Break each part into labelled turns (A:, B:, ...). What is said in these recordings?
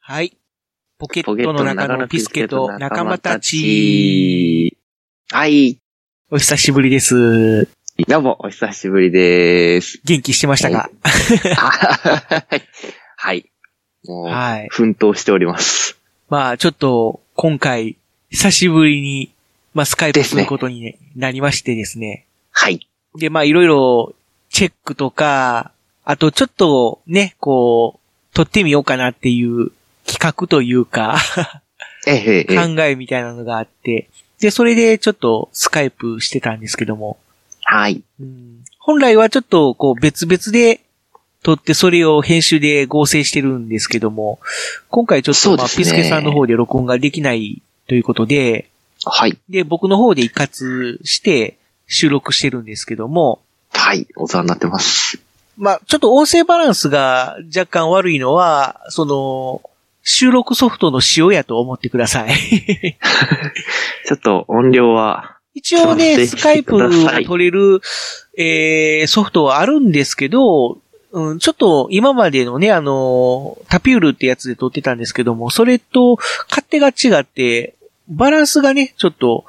A: はい。ポケットの中のピスケと仲間たち。
B: はい。
A: お久しぶりです。
B: どうも、お久しぶりです。
A: 元気してましたか
B: はい。 はい。もう、
A: はい。
B: 奮闘しております。
A: まあ、ちょっと、今回、久しぶりに、まあ、スカイプすることにねなりましてですね。
B: はい。
A: で、まあ、いろいろ、チェックとか、あと、ちょっと、ね、こう、撮ってみようかなっていう企画というか、
B: ええええええ
A: 考えみたいなのがあって、で、それでちょっとスカイプしてたんですけども、
B: はい。
A: うん本来はちょっとこう別々で撮ってそれを編集で合成してるんですけども、今回ちょっと
B: そう
A: ま
B: で
A: あ
B: すね
A: ピスケさんの方で録音ができないということで、
B: はい。
A: で、僕の方で一括して収録してるんですけども、
B: はい。お世話になってます。
A: まあちょっと音声バランスが若干悪いのは、その、収録ソフトの仕様やと思ってください。
B: ちょっと音量は、
A: 一応ね、
B: ち
A: ス
B: ょっと
A: カイ
B: 待って
A: プ
B: ください
A: が取れる、えー、ソフトはあるんですけど、うん、ちょっと今までのね、あのー、タピュールってやつで撮ってたんですけども、それと勝手が違って、バランスがね、ちょっと、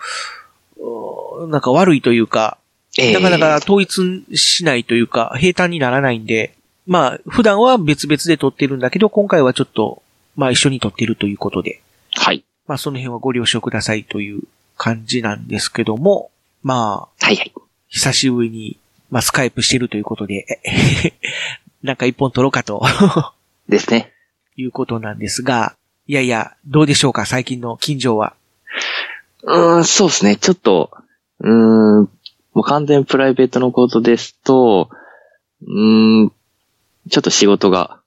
A: うーなんか悪いというか、
B: ええ
A: なかなか、統一しないというか、平坦にならないんで、まあ、普段は別々で撮ってるんだけど、今回はちょっと、まあ一緒に撮ってるということで。
B: はい。
A: まあその辺はご了承くださいという感じなんですけども、まあ、
B: はいはい。
A: 久しぶりに、まあスカイプしてるということで、 なんか一本撮ろうかと
B: ですね。
A: いうことなんですが、いやいや、どうでしょうか最近の近所は。
B: うーん、そうですね。ちょっと、うーん、もう完全プライベートのことですと、うーん、ちょっと仕事が、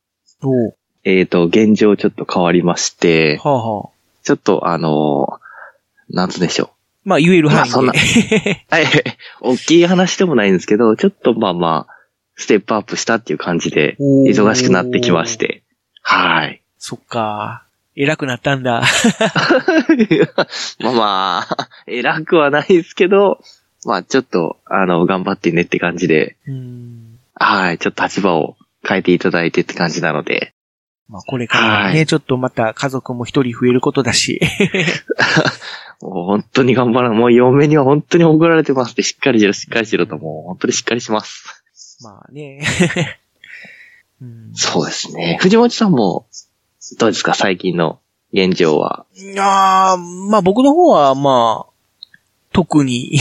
A: おう
B: えっ、と、現状ちょっと変わりまして、
A: はあはあ。
B: ちょっとあのーなんつうんでしょ
A: まあ言える範囲で。
B: まあう。 はい、大きい話でもないんですけど、ちょっとまあまあ、ステップアップしたっていう感じで、
A: おー
B: 忙しくなってきまし。て、はい。
A: そっか。偉くなったんだ。
B: まあまあ、偉くはないですけど、まあちょっと、あの、頑張ってねって感じで、
A: うん。
B: はい、ちょっと立場を変えていただいてって感じなので、
A: まあこれからは
B: は
A: ね、ちょっとまた家族も一人増えることだし。
B: もう本当に頑張らん。もう嫁には本当に怒られてますって、しっかりしろ、しっかりしろと、もう本当にしっかりします。
A: まあね。 うん
B: そうですね。藤本さんも、どうですか最近の現状は。
A: いやー、まあ僕の方は、まあ、特 に、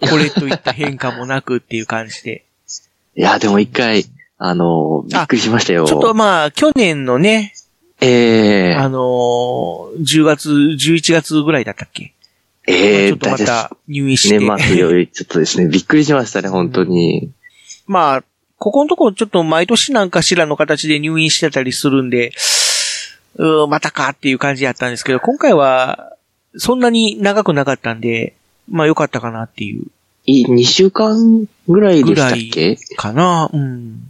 A: これといった変化もなくっていう感じ で。
B: いや、でも一回、あの、びっくりしましたよ。
A: ちょっとまあ、去年のね、
B: え
A: あ
B: ー、
A: のー、10月、11月ぐらいだったっけ、
B: え
A: ちょ
B: ー、
A: っとま
B: 大体
A: た入院して、
B: 年末より、ちょっと ですね、びっくりしましたね、本当に。
A: まあ、ここのところちょっと毎年なんかしらの形で入院してたりするんで、うーまたかっていう感じやったんですけど、今回は、そんなに長くなかったんで、まあ良かったかなっていう。
B: い、2週間ぐらいでしたっけ
A: かな。うん。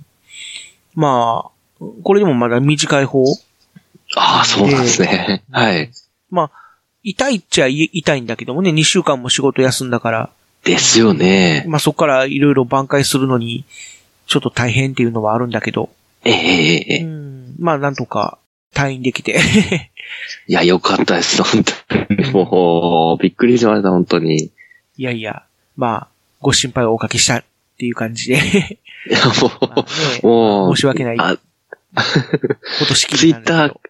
A: まあ、これでもまだ短い方
B: ああ、そうなんですね。
A: えー
B: はい。
A: 痛いっちゃい痛いんだけどもね、2週間も仕事休んだから、
B: ですよね。
A: まあそこからいろいろ挽回するのに、ちょっと大変っていうのはあるんだけど、
B: えーえー、え
A: う
B: ー
A: ん、まあなんとか退院できて、
B: いや、よかったです、本当に。もう、びっくりしました、本当 に。い
A: いやいや、まあ、ご心配をおかけしたっていう感じで、
B: や、
A: まあね
B: もう、もう、
A: 申し訳ない
B: あ
A: ことしきりなんだけど。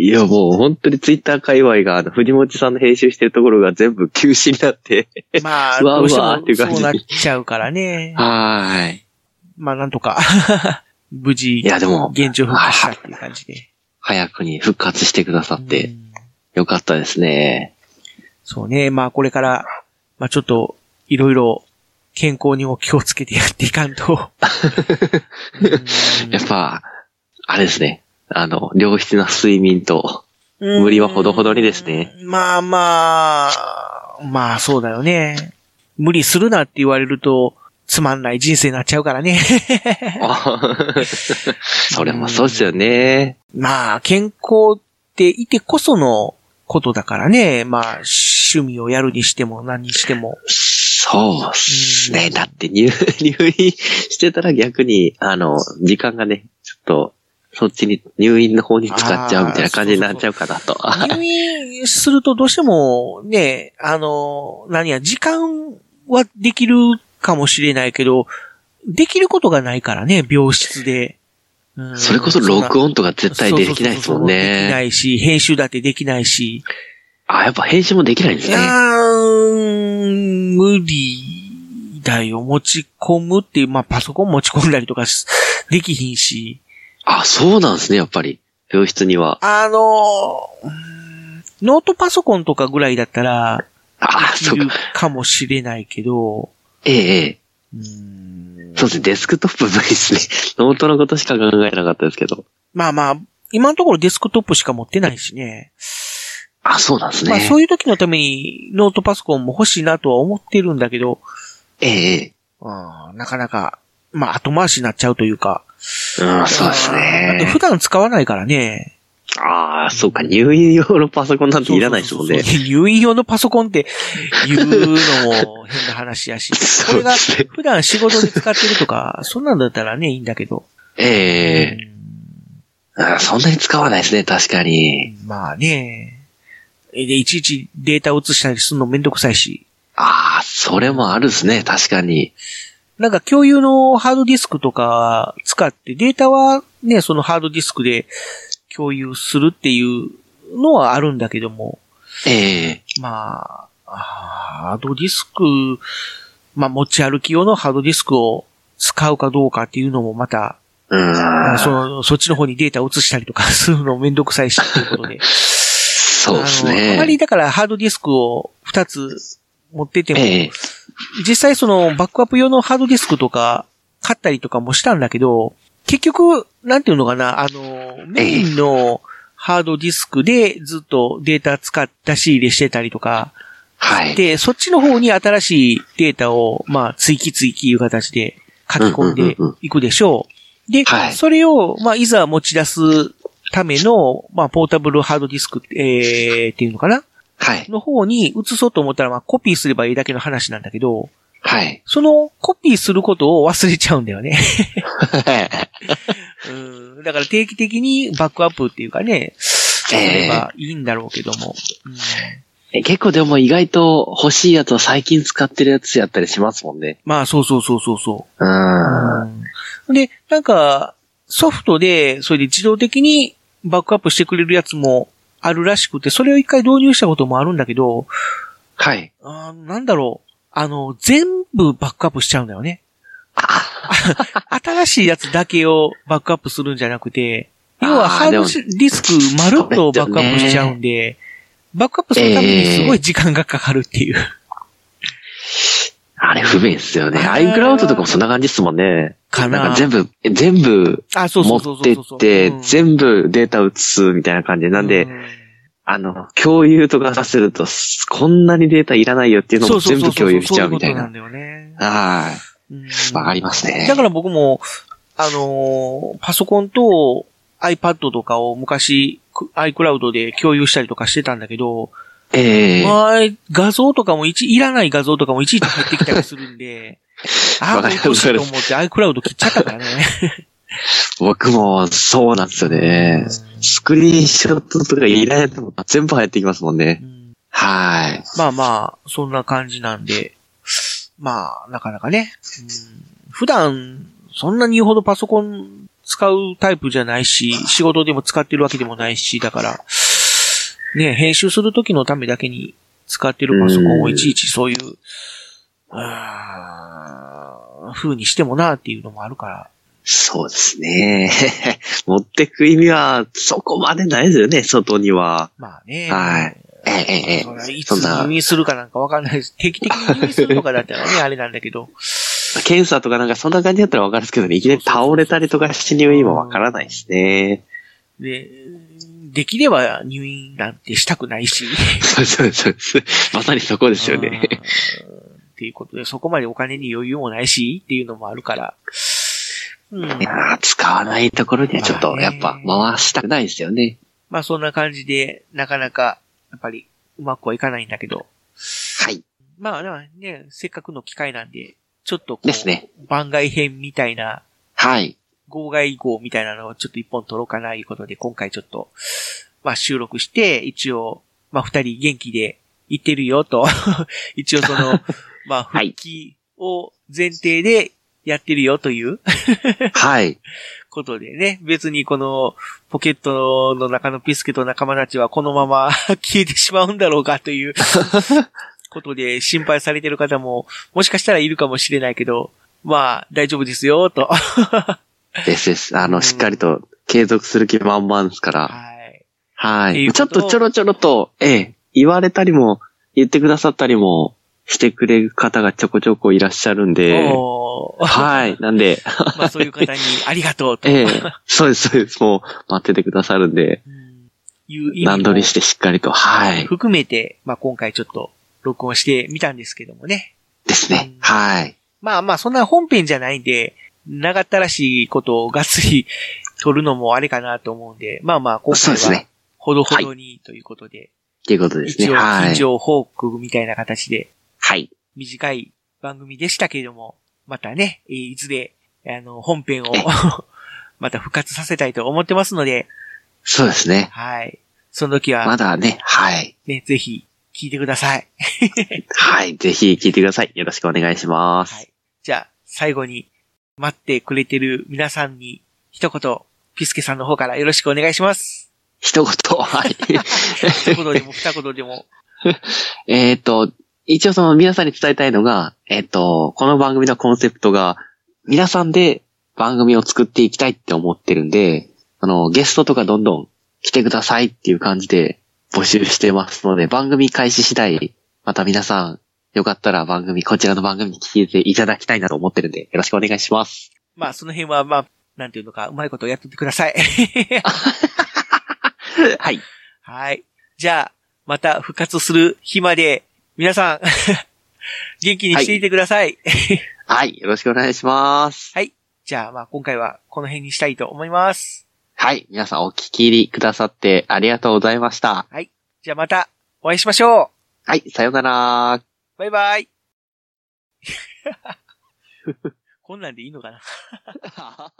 B: いや、もう本当にツイッター界隈が、あの、藤本さんの編集してるところが全部休止になって。
A: まあ、
B: うわ
A: どうして
B: うわーっていう
A: も
B: 感
A: そう
B: じ
A: なっちゃうからね。
B: はーい。
A: まあなんとか、 無事
B: い、や、でも、
A: 現状復帰したっていう感じで。
B: 早くに復活してくださ
A: う
B: って、
A: ん
B: よかったですね。
A: そうね。まあこれから、まあちょっと、いろいろ、健康にも気をつけてやっていかん と。
B: やっぱ、あれですね。あの、良質な睡 眠と、無理はほどほどにですね
A: うん。まあまあ、まあそうだよね。無理するなって言われると、つまんない人生になっちゃうからね。
B: あそれもそうですよね。
A: まあ、健康っていてこそのことだからね。まあ、趣味をやるにしても何にしても。
B: そうっす
A: う
B: ね。
A: ん
B: だって入、入院してたら逆に、あの、時間がね、ちょっと、そっちに、入院の方に使っちゃうみたいな感じになっちゃうかなと。
A: 入院するとどうしても、ね、あの、何や、時間はできるかもしれないけど、できることがないからね、病室で。うん
B: それこそ録音とか絶対できないですも
A: そうそうそう
B: ん
A: そうできな
B: ね。
A: いし、編集だってできないし。
B: あ、やっぱ編集もできないんで
A: い
B: すね。
A: やー、無理だよ。持ち込むっていう、まあ、パソコン持ち込んだりとかしできひんし。
B: あ、そうなんですね、やっぱり。病室には。
A: あのーうーんノートパソコンとかぐらいだったら、
B: あ、
A: い
B: そう
A: る
B: か。
A: かもしれないけど、
B: ええ、ええ。
A: うーん
B: そうですね、デスクトップ無理ですね。 ノートのことしか考えなかったですけど。
A: まあまあ、今のところデスクトップしか持ってないしね。
B: あ、そうなんですね。
A: まあそういう時のためにノートパソコンも欲しいなとは思ってるんだけど、
B: ええ、え
A: うんなかなか、まあ後回しになっちゃうというか。
B: え。うん、そうです
A: だって
B: ね
A: 普。段使わないからね。
B: ああ、そうか、入院用のパソコンなんていらないですもん
A: そ
B: ね
A: う。そうそう入院用のパソコンって言うのも変な話やし。こ
B: そ
A: れ
B: うで
A: が
B: すね。
A: 普段仕事で使ってるとか、そんなんだったらね、いいんだけど。
B: ええ、ええ。
A: うん
B: あそんなに使わないですね、確かに。
A: まあね。で、いちいちデータ移したりするのめんどくさいし。
B: ああ、それもあるですね、確かに。
A: なんか共有のハードディスクとか使ってデータはね、そのハードディスクで共有するっていうのはあるんだけども、
B: ええ
A: まあ、ハードディスク、まあ持ち歩き用のハードディスクを使うかどうかっていうのもまた、
B: うーん。
A: そ
B: そう
A: のそっちの方にデータ移したりとかするのもめんどくさいしっていうこと で。
B: です
A: あの
B: ね。
A: あまりだからハードディスクを2つ持ってても、
B: ええ
A: 実際そのバックアップ用のハードディスクとか買ったりとかもしたんだけど、結局、なんていうのかな、あの、メインのハードディスクでずっとデータ使っ出し入れしてたりとか、
B: はい。
A: で、そっちの方に新しいデータを、まあ、追記追記いう形で書き込んでいくでしょう。で
B: は、い
A: それを、まあ、いざ持ち出すための、まあ、ポータブルハードディスク、えー、っていうのかな
B: はい。
A: の方に移そうと思ったら、まあ、コピーすればいいだけの話なんだけど、
B: はい。
A: そのコピーすることを忘れちゃうんだよね。うん。だから定期的にバックアップっていうかね、
B: ええ
A: ればいいんだろうけども。うん
B: え結構でも意外と欲しいやつは最近使ってるやつやったりしますもんね。
A: まあ、そうそうそうそうそう。
B: うーん。
A: で、なんか、ソフトで、それで自動的にバックアップしてくれるやつもあるらしくて、それを一回導入したこともあるんだけど、
B: はい。
A: あーなんだろう。あの、全部バックアップしちゃうんだよね。新しいやつだけをバックアップするんじゃなくて、要は
B: あー
A: ハード
B: でも
A: ディスクまるっとバックアップしちゃうんで、バックアップするためにすごい時間がかかるっていう。
B: あれ不便ですよね。
A: あー
B: iCloud とかもそんな感じですもんね。
A: かな
B: なんか全部、全部
A: あ、そうそ
B: 持
A: うそう
B: っ
A: そう
B: てっ
A: そう。
B: て
A: う、ん
B: 全部データ移すみたいな感じなんで、あの、共有とかさせると、すこんなにデータいらないよっていうのも全部共有しちゃうみたいな。
A: そうそうそうそうそういうことなんだよね。
B: あ
A: うん
B: あ、まあありますね。
A: だから僕も、あのーパソコンと iPad とかを昔、く iCloud で共有したりとかしてたんだけど、
B: ええ
A: まあ、画像とかもいち、いらない画像とかもいちいち入ってきたりするんで、ああ、
B: わ
A: こ
B: かり
A: れ
B: ます
A: 欲しいと思って iCloud 切っちゃったからね。
B: 僕もそうなんですよね。スクリーンショットとかいらないやつも全部入ってきますもんね
A: う。ん
B: はい。
A: まあまあ、そんな感じなんで、まあ、なかなかね、うん普段、そんなに言うほどパソコン使うタイプじゃないし、仕事でも使ってるわけでもないし、だから、ね、編集するときのためだけに使ってるパソコンをいちいちそういう、うーん風にしてもなっていうのもあるから。
B: そうですね。 持ってく意味はそこまでないですよね、外には。
A: まあね。
B: はい。ええええ
A: それは
B: ええ
A: いつ
B: そんな
A: 入、院するかなんかわかんないです。定期的に入院するとかだったらね、あれなんだけど。
B: 検査とかなんかそんな感じだったらわかるんですけどね、いきなり倒れたりとかして入院はわからないですね。
A: で、できれば入院なんてしたくないし。
B: そうそうそうそう。まさにそこ ですよね。
A: うん。っていうことで、そこまでお金に余裕もないし、っていうのもあるから。うん。
B: いやー使わないところにはちょっと、やっぱ、回したくないですよね。
A: まあそんな感じで、なかなか、やっぱり、うまくはいかないんだけど。
B: はい。
A: まあね、せっかくの機会なんで、ちょっとこう、
B: ですね。
A: 番外編みたいな
B: はい。
A: 号外号みたいなのをちょっと一本取ろうかな、いうことで、今回ちょっと、まあ収録して、一応、まあ二人元気で行ってるよと、 一応その、まあ
B: はい
A: 復帰を前提でやってるよという
B: はい。
A: ことでね、別にこのポケットの中のビスケと仲間たちはこのまま 消えてしまうんだろうかということで心配されてる方ももしかしたらいるかもしれないけど、まあ大丈夫ですよと。
B: ですです。あ
A: う
B: の、
A: ん
B: しっかりと継続する気満々ですから。
A: はい。
B: は
A: ってい
B: い。
A: う
B: ちょ
A: こ
B: っ
A: とを
B: とちょろちょろと、ええ、言われたりも、言ってくださったりも、してくれる方がちょこちょこいらっしゃるんで、
A: おー
B: はい。なんで、
A: まあそういう方にありがとうと。
B: ええ、そうです、そうです。もう、待っててくださるんで、
A: うんいう意
B: 段
A: 味も
B: 取りしてしっかりと、はい。
A: 含めて、まあ今回ちょっと録音してみたんですけどもね。
B: ですね。はい。
A: まあまあそんな本編じゃないんで、長ったらしいことをがっつり撮るのもあれかなと思うんで、まあまあ今
B: そ
A: 回
B: うです
A: は
B: ね。
A: ほどほどにということで、
B: っていうことですね。
A: 一応
B: は
A: 緊
B: い。
A: 張報告みたいな形で
B: はい。
A: 短い番組でしたけれども、またね、えーいずれ、あの、本編を
B: え
A: また復活させたいと思ってますので、
B: そうですね。
A: はい。その時は
B: まだね、はい。
A: ね、ぜひ聞いてください。
B: はい。ぜひ聞いてください。よろしくお願いしま
A: は
B: す。
A: い。じゃあ、最後に、待ってくれてる皆さんに、一言、ピスケさんの方からよろしくお願いします。
B: 一言、はい。
A: 一言でも二言でも。
B: えっと、一応その皆さんに伝えたいのが、えっ、と、この番組のコンセプトが、皆さんで番組を作っていきたいって思ってるんで、あの、ゲストとかどんどん来てくださいっていう感じで募集してますので、番組開始次第、また皆さん、よかったら番組、こちらの番組に聞いていただきたいなと思ってるんで、よろしくお願いします。
A: まあ、その辺は、まあ、なんていうのか、うまいことやっててください。
B: はい。
A: はい。じゃあ、また復活する日まで、皆さん、元気にしていてください。
B: はい。よろしくお願いします。
A: じゃあ、まあ、今回はこの辺にしたいと思います。
B: はい。皆さんお聞き入りくださってありがとうございました。
A: じゃあ、また、お会いしましょ
B: はい。さようなら。
A: うバイバイこんなんでいいのかな